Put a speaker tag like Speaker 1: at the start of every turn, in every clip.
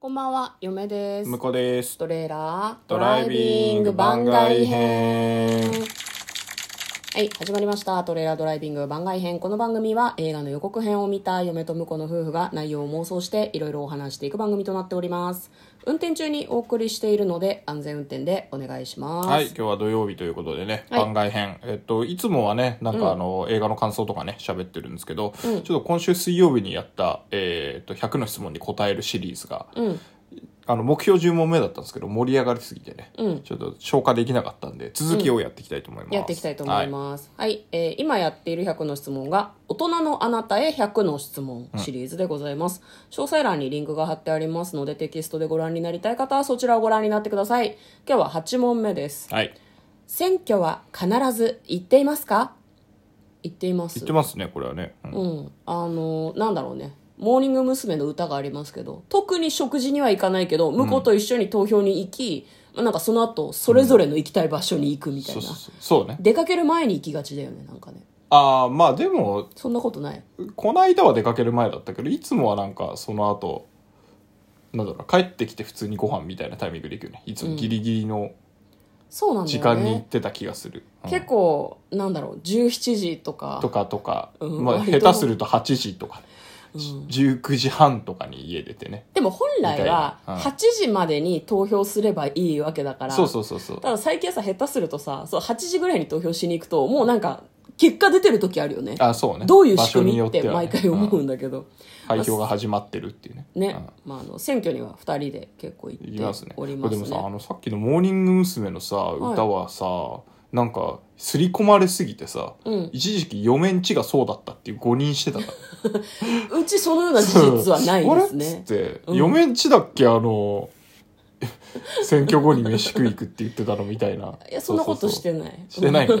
Speaker 1: こんばんは、嫁です。
Speaker 2: 向こうです
Speaker 1: トレーラード
Speaker 2: ドライビング番外編
Speaker 1: はい、始まりました。トレーラードライビング番外編。この番組は映画の予告編を見た嫁と婿の夫婦が内容を妄想していろいろお話していく番組となっております。運転中にお送りしているので安全運転でお願いします。
Speaker 2: はい今日は土曜日ということでね、
Speaker 1: はい
Speaker 2: 番外編えっといつもはねなんかあの、映画の感想とかね喋ってるんですけど、ちょっと今週水曜日にやった、えーっと100の質問に答えるシリーズが、
Speaker 1: うん。
Speaker 2: あの目標10問目だったんですけど盛り上がりすぎてね、
Speaker 1: うん
Speaker 2: ちょっと消化できなかったんで続きをやっていきたいと思います、
Speaker 1: やっていきたいと思い
Speaker 2: は
Speaker 1: ます。はい、えー今やっている100の質問が、大人のあなたへ100の質問シリーズでございます。詳細欄にリンクが貼ってありますので、テキストでご覧になりたい方はそちらをご覧になってください。今日は8問目です。
Speaker 2: はい、
Speaker 1: 選挙は必ず行っていますか行っています。
Speaker 2: 言ってますねこれはね、うん
Speaker 1: うん。あのーなんだろうね。モーニング娘。の歌がありますけど、特に食事には行かないけど、婿と一緒に投票に行き、まあなんかその後、それぞれの行きたい場所に行くみたい
Speaker 2: そう
Speaker 1: な。
Speaker 2: そうそうそうね
Speaker 1: 出かける前に行きがちだよねなんかね
Speaker 2: ああまあでも
Speaker 1: そんなことない
Speaker 2: この間は出かける前だったけどいつもはなんかその後なんだろう帰ってきて普通にご飯みたいなタイミングで行くよねいつもギリギリの
Speaker 1: そうなんだ
Speaker 2: 時
Speaker 1: よ
Speaker 2: 間
Speaker 1: ね
Speaker 2: に行ってた気がする、うん
Speaker 1: 結構なんだろう17時とか
Speaker 2: とかとか、
Speaker 1: うん
Speaker 2: まあ、
Speaker 1: 割と
Speaker 2: 下手すると8時とか、19時半とかに家出てね
Speaker 1: でも本来は
Speaker 2: みたいなうん
Speaker 1: 8時までに投票すればいいわけだから
Speaker 2: そうそうそうそう
Speaker 1: ただ最近さ下手するとさそう8時ぐらいに投票しに行くともうなんか結果出てる時あるよね
Speaker 2: あそうね
Speaker 1: どういう
Speaker 2: 場
Speaker 1: 仕
Speaker 2: 所
Speaker 1: 組
Speaker 2: に
Speaker 1: み
Speaker 2: よ
Speaker 1: って
Speaker 2: はね
Speaker 1: 毎回思う
Speaker 2: うん
Speaker 1: んだけど、
Speaker 2: 開票が始まってるっていうね
Speaker 1: ね、
Speaker 2: うん
Speaker 1: まあ、あの選挙には2人で結構行
Speaker 2: いきま
Speaker 1: っ
Speaker 2: す
Speaker 1: て
Speaker 2: ね
Speaker 1: おりますね
Speaker 2: でもさあのさっきの「モーニング娘。」のさ歌はさ、なんか刷り込まれすぎてさ、
Speaker 1: うん
Speaker 2: 一時期嫁んちがそうだったっていう誤認し てたから
Speaker 1: うちそのような事実はないです
Speaker 2: あれっ
Speaker 1: ね
Speaker 2: つって、
Speaker 1: うん
Speaker 2: 嫁んちだっけあの 選挙後に飯食い行くって言ってたのみたいない
Speaker 1: やそんなことしてない
Speaker 2: そうそうそうしてないの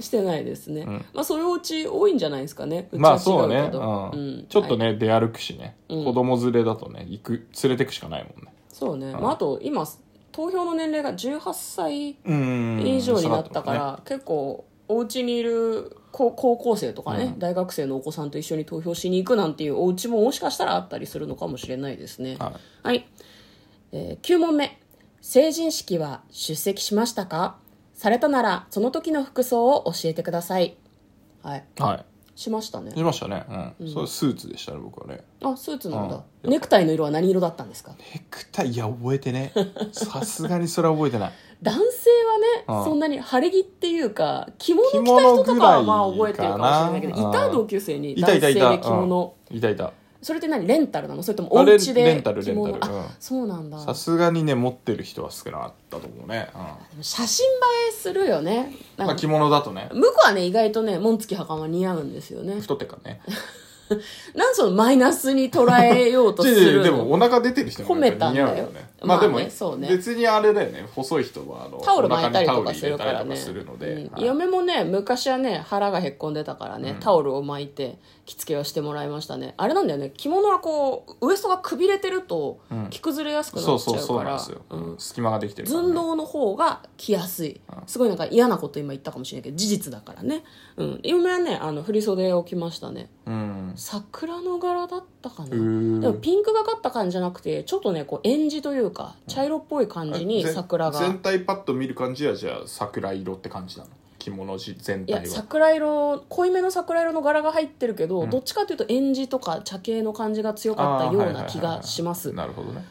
Speaker 1: してないですね、
Speaker 2: ん
Speaker 1: まあそれうち多いんじゃないですかねうち
Speaker 2: ま
Speaker 1: は
Speaker 2: あそう
Speaker 1: 違
Speaker 2: ね
Speaker 1: う、けど、
Speaker 2: うんちょっと
Speaker 1: はい
Speaker 2: ね、出歩くしね、
Speaker 1: うん
Speaker 2: 子供連れだとね行く連れてくしかないもんね
Speaker 1: そうね、
Speaker 2: ん
Speaker 1: まあ、あと今投票の年齢が18歳
Speaker 2: うん
Speaker 1: 以上になったから、結構お家にいる高高校生とかね、
Speaker 2: うん
Speaker 1: 大学生のお子さんと一緒に投票しに行くなんていうお家ももしかしたらあったりするのかもしれないですね
Speaker 2: はい
Speaker 1: はい、えー9問目成人式は出席しましたかされたならその時の服装を教えてくださいはい
Speaker 2: は
Speaker 1: しましたね
Speaker 2: いしましたねうん、それスーツでしたね僕はね
Speaker 1: あスーツなんだ、
Speaker 2: うん
Speaker 1: ネクタイの色は何色だったんですか
Speaker 2: ネクタイいや覚えてねさすがにそれは覚えてない
Speaker 1: 男性はね、
Speaker 2: うん
Speaker 1: そんなに晴れ着っていうか着物着た人とかはまあ覚えてるかもしれないけど
Speaker 2: 着
Speaker 1: い
Speaker 2: 物ぐらいかな
Speaker 1: た
Speaker 2: うん
Speaker 1: 同級生に
Speaker 2: いた
Speaker 1: 男性
Speaker 2: いた
Speaker 1: で
Speaker 2: い
Speaker 1: 着
Speaker 2: た
Speaker 1: 物
Speaker 2: いたいた
Speaker 1: それって何レンタルなのそれともお
Speaker 2: あれ
Speaker 1: 家で
Speaker 2: レンタル
Speaker 1: 着
Speaker 2: レン
Speaker 1: 物
Speaker 2: タルうん
Speaker 1: あそうなんだ
Speaker 2: さすがにね持ってる人は少なかったと思うね、うん
Speaker 1: でも写真映えするよねなんか
Speaker 2: まあ、着物だとね
Speaker 1: 向こうはね意外とね紋付き袴似合うんですよね
Speaker 2: 太ってっからね
Speaker 1: なんそのマイナスに捉えようとす
Speaker 2: 違う違う
Speaker 1: る
Speaker 2: でも
Speaker 1: の
Speaker 2: お腹出てる人もやっぱり似合う
Speaker 1: 褒めた
Speaker 2: よ
Speaker 1: んだよ
Speaker 2: ねまあでも、
Speaker 1: まあねそうね
Speaker 2: 別にあれだよね細い人はあの
Speaker 1: タオル巻いたりと
Speaker 2: お腹
Speaker 1: か
Speaker 2: に
Speaker 1: するか
Speaker 2: タ
Speaker 1: ら
Speaker 2: オル入れたり
Speaker 1: ね
Speaker 2: とかするので、
Speaker 1: うん
Speaker 2: はい
Speaker 1: 嫁もね昔はね腹がへっこんでたからね、タオルを巻いて着付けをしてもらいましたねあれなんだよね着物はこうウエストがくびれてると
Speaker 2: ん
Speaker 1: 着崩れやすくなっちゃ
Speaker 2: そう
Speaker 1: う
Speaker 2: そうそう
Speaker 1: か
Speaker 2: なん
Speaker 1: ら
Speaker 2: ですよ、
Speaker 1: うん
Speaker 2: 隙間ができてるからね、
Speaker 1: 寸胴の方が着やすいすごいなんか嫌なこと今言ったかもしれないけど事実だからね、うん、嫁はねあの振袖を着ましたね
Speaker 2: うん
Speaker 1: 桜の柄だったかなで
Speaker 2: へー
Speaker 1: もピンクがかった感じじゃなくてちょっとねこうえんじというか茶色っぽい感じに
Speaker 2: 全
Speaker 1: 桜が
Speaker 2: 全体パッと見る感じはじゃあ桜色って感じなの着物じ全
Speaker 1: い
Speaker 2: 体
Speaker 1: や
Speaker 2: は
Speaker 1: 桜色濃いめの桜色の柄が入ってるけど、どっちかというとえんじとか茶系の感じが強かったような気がします
Speaker 2: なるほどね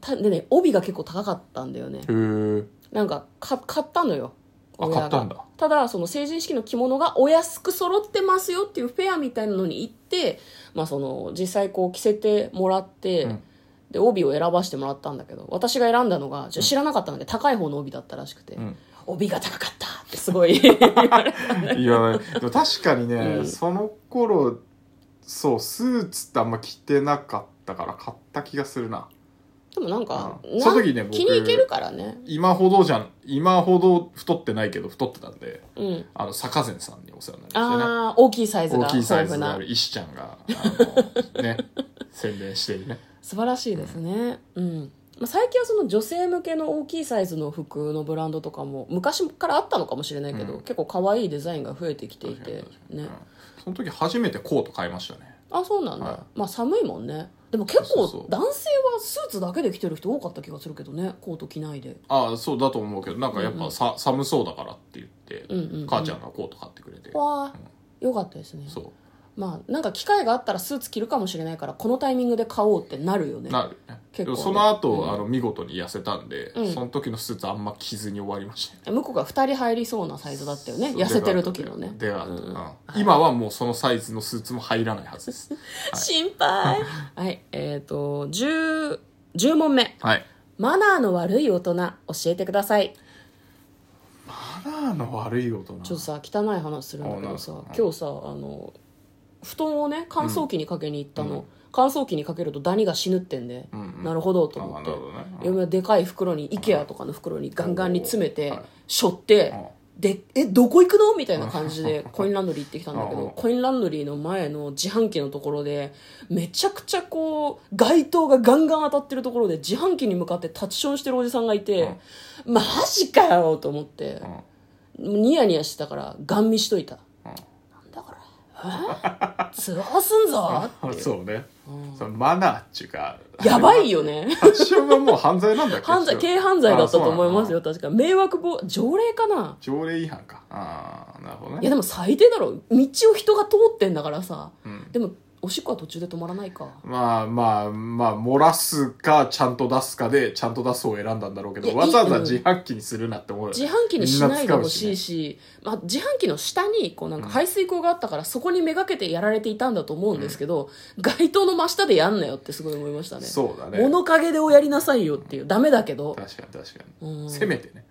Speaker 1: たでね帯が結構高かったんだよね
Speaker 2: へー
Speaker 1: なんかか買ったのよ
Speaker 2: あ
Speaker 1: 親が
Speaker 2: 買った んだ
Speaker 1: ただその成人式の着物がお安く揃ってますよっていうフェアみたいなのに行って、まあ、その実際こう着せてもらって、
Speaker 2: うん
Speaker 1: で帯を選ばしてもらったんだけど私が選んだのがちょ知らなかったので高い方の帯だったらしくて、
Speaker 2: ん
Speaker 1: 帯が高かったってすごい言われたね
Speaker 2: いやでも確かにね、
Speaker 1: うん
Speaker 2: その頃そうスーツってあんま着てなかったから買った気がするな
Speaker 1: でもなんか、
Speaker 2: うん
Speaker 1: な
Speaker 2: その時ね僕
Speaker 1: 気に入けるからね
Speaker 2: 今ほどじゃん今ほど太ってないけど太ってたんで
Speaker 1: うん
Speaker 2: あの坂前さんにお世話になりましたね
Speaker 1: ああ大きいサイズ
Speaker 2: 大
Speaker 1: が
Speaker 2: きいサイ
Speaker 1: 豊
Speaker 2: ズ
Speaker 1: 富
Speaker 2: であ
Speaker 1: な
Speaker 2: る石ちゃんがあ のね宣伝してるね
Speaker 1: 素晴らしいですねうんまあ最近はその女性向けの大きいサイズの服のブランドとかも昔からあったのかもしれないけど、
Speaker 2: うん
Speaker 1: 結構可愛いデザインが増えてきてい
Speaker 2: 確かに
Speaker 1: て
Speaker 2: 確かにう
Speaker 1: ね
Speaker 2: んその時初めてコート買いましたね
Speaker 1: あそうなんだ、
Speaker 2: は
Speaker 1: まあ寒いもんねでも結
Speaker 2: そうそうそ
Speaker 1: 構
Speaker 2: う
Speaker 1: 男性はスーツだけで着てる人多かった気がするけどねコート着ないで
Speaker 2: ああそうだと思うけどなんかやっぱさ、寒そうだからって言って、
Speaker 1: うんうんうん
Speaker 2: 母ちゃんがコート買ってくれて、
Speaker 1: わあよかったですね
Speaker 2: そ
Speaker 1: まあなんか機会があったらスーツ着るかもしれないからこのタイミングで買おうってなるよ
Speaker 2: う
Speaker 1: ね
Speaker 2: なるね
Speaker 1: 結構ね
Speaker 2: でもその後、あの見事に痩せたんで、
Speaker 1: うん
Speaker 2: その時のスーツあんま着ずに終わりましたね
Speaker 1: 向こうが2人入りそうなサイズだったよね
Speaker 2: そう
Speaker 1: 痩せてる時のね
Speaker 2: でかかったでかかったうん今はもうそのサイズのスーツも入らないはず です。
Speaker 1: 心配はいえっ、と 10, 10問目
Speaker 2: はい。
Speaker 1: マナーの悪い大人教えてください
Speaker 2: マナーの悪い音な。
Speaker 1: ちょっとさ汚い話するんだけどさ
Speaker 2: あなんか
Speaker 1: 今日さあの布団をね乾燥機にかけに行ったの、乾燥機にかけるとダニが死ぬってんで、
Speaker 2: うんうん
Speaker 1: なるほどと
Speaker 2: あ
Speaker 1: 思
Speaker 2: あ
Speaker 1: っ
Speaker 2: な
Speaker 1: て
Speaker 2: るほどねうん
Speaker 1: 嫁はでかい袋に IKEA とかの袋にガンガンに詰め
Speaker 2: お
Speaker 1: て
Speaker 2: ーはい
Speaker 1: しょって
Speaker 2: うん
Speaker 1: でえどこ行くのみたいな感じでコインランドリー行ってきたんだけ
Speaker 2: うんう
Speaker 1: ど
Speaker 2: ん
Speaker 1: コインランドリーの前の自販機のところでめちゃくちゃこう街灯がガンガン当たってるところで自販機に向かって立ちションしてるおじさんがいて、マジかよと思って。
Speaker 2: うん
Speaker 1: ニヤニヤしてたからガン見しといた、
Speaker 2: うん
Speaker 1: なんだこれえー通報すんぞ
Speaker 2: あそうね。そのマナーっていうか。
Speaker 1: やばいよ ね
Speaker 2: 発祥はもう犯罪なんだっけ
Speaker 1: 犯罪軽犯罪だったと思います。
Speaker 2: あ
Speaker 1: よ確か迷惑防条例かな
Speaker 2: そうなの条例違反か。ああ、なるほど
Speaker 1: いや
Speaker 2: ね。
Speaker 1: でも最低だろ道を人が通ってんだからさ、
Speaker 2: うん
Speaker 1: でもおしっこは途中で止まらないか
Speaker 2: まあまあまあ、漏らすか、ちゃんと出すかで、ちゃんと出すを選んだんだろうけ
Speaker 1: いや
Speaker 2: ど、わざわ
Speaker 1: いい
Speaker 2: ざ
Speaker 1: うん
Speaker 2: 自販機にするなって思うよね
Speaker 1: 自販機にしないでほし
Speaker 2: みん
Speaker 1: い
Speaker 2: な使うね
Speaker 1: し、まあ、自販機の下にこうなんか排水溝があったからそこにめがけてやられていたんだと思うんですけど、街灯の真下でやんなよってすごい思いましたね
Speaker 2: そうだね。
Speaker 1: 物陰でをやりなさいよっていうダメだけど
Speaker 2: 確かに確か
Speaker 1: うん
Speaker 2: に。せめてね。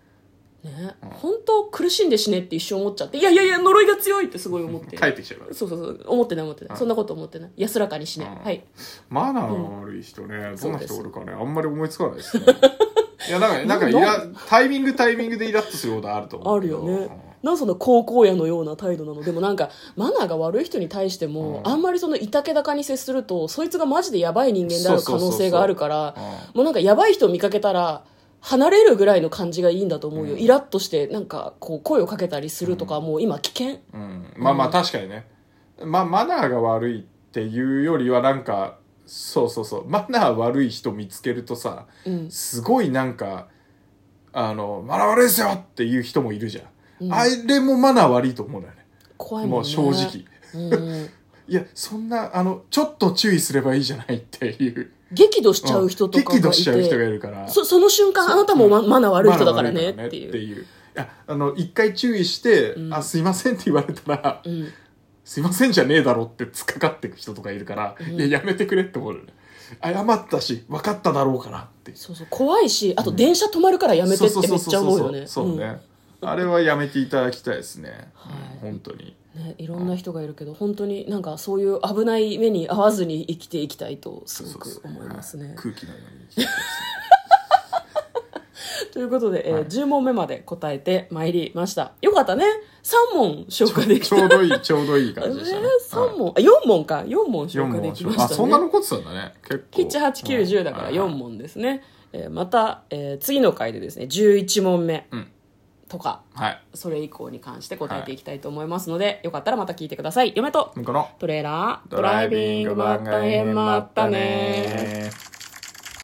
Speaker 1: ね、本当苦しんで死ねって一生思っちゃっていやいやいや呪いが強いってすごい思って
Speaker 2: 帰ってきちゃうから。
Speaker 1: そうそうそう思ってない思ってないそんなこと思ってない安らかに死ね
Speaker 2: うん
Speaker 1: はい
Speaker 2: マナーの悪い人ね、どんな人おるかねあんまり思いつかないですねいやなんかなんかイラタイミングタイミングでイラッとすることあると思
Speaker 1: あ
Speaker 2: うけ
Speaker 1: る
Speaker 2: ど
Speaker 1: よねなんその高校野のような態度なのでもなんかマナーが悪い人に対しても、
Speaker 2: うん
Speaker 1: あんまりそのいたけだかに接するとそいつがマジでやばい人間である可能性があるから
Speaker 2: そうそうそうそう
Speaker 1: もうなんかやばい人見かけたら離れるぐらいの感じがいいんだと思うよ、
Speaker 2: うん
Speaker 1: イラッとしてなんかこう声をかけたりするとか、もう今危険
Speaker 2: うんうんまあまあ確かにね、まあマナーが悪いっていうよりはなんかそうそうそうマナー悪い人見つけるとさ、
Speaker 1: うん
Speaker 2: すごいなんかあのマナー悪いですよっていう人もいるじゃん、あれもマナー悪いと思うんだよね
Speaker 1: 怖いもん
Speaker 2: もう
Speaker 1: ね
Speaker 2: 正直
Speaker 1: うん
Speaker 2: いやそんなあのちょっと注意すればいいじゃないっていう
Speaker 1: 激怒しちゃう人とかがい
Speaker 2: 激
Speaker 1: て、
Speaker 2: 怒しちゃう人がいるから
Speaker 1: そその瞬間あなたもママナー悪い人だからねっていう、
Speaker 2: いやあの一回注意して「あすいません」って言われたら「
Speaker 1: うん、
Speaker 2: すいませんじゃねえだろ」って突っかかってく人とかいるから「いややめてくれ」って思うよね謝ったし分かっただろうからって
Speaker 1: そうそう怖いしあと電車止まるからやめてってめっちゃ思うよね
Speaker 2: そうそうそうそうね、あれはやめていただきたいですね、うん本当に
Speaker 1: うんねいろんな人がいるけど本当になんかそういう危ない目に遭わずに生きていきたいとすごく思いますね
Speaker 2: 空気のように生きてます
Speaker 1: ということで、えー10問目まで答えてまいりましたよかったね3問消化でき
Speaker 2: ち
Speaker 1: た
Speaker 2: ょうどいいちょうどいい
Speaker 1: え
Speaker 2: 感じでしたね、
Speaker 1: 3問あ4問か4問消
Speaker 2: 4
Speaker 1: 化
Speaker 2: 問
Speaker 1: できましたね
Speaker 2: あそんな残ってたんだね結構
Speaker 1: 7890だから4問ですね、えーまた、えー次の回でですね11問目
Speaker 2: うん
Speaker 1: とか、
Speaker 2: はい
Speaker 1: それ以降に関して答えていきたいと思いますので、よかったらまた聞いてください嫁と
Speaker 2: この
Speaker 1: トレーラード
Speaker 2: ドライビング
Speaker 1: まった
Speaker 2: 番外
Speaker 1: ね
Speaker 2: 編
Speaker 1: ま
Speaker 2: ま
Speaker 1: っ
Speaker 2: ったた
Speaker 1: ね
Speaker 2: ね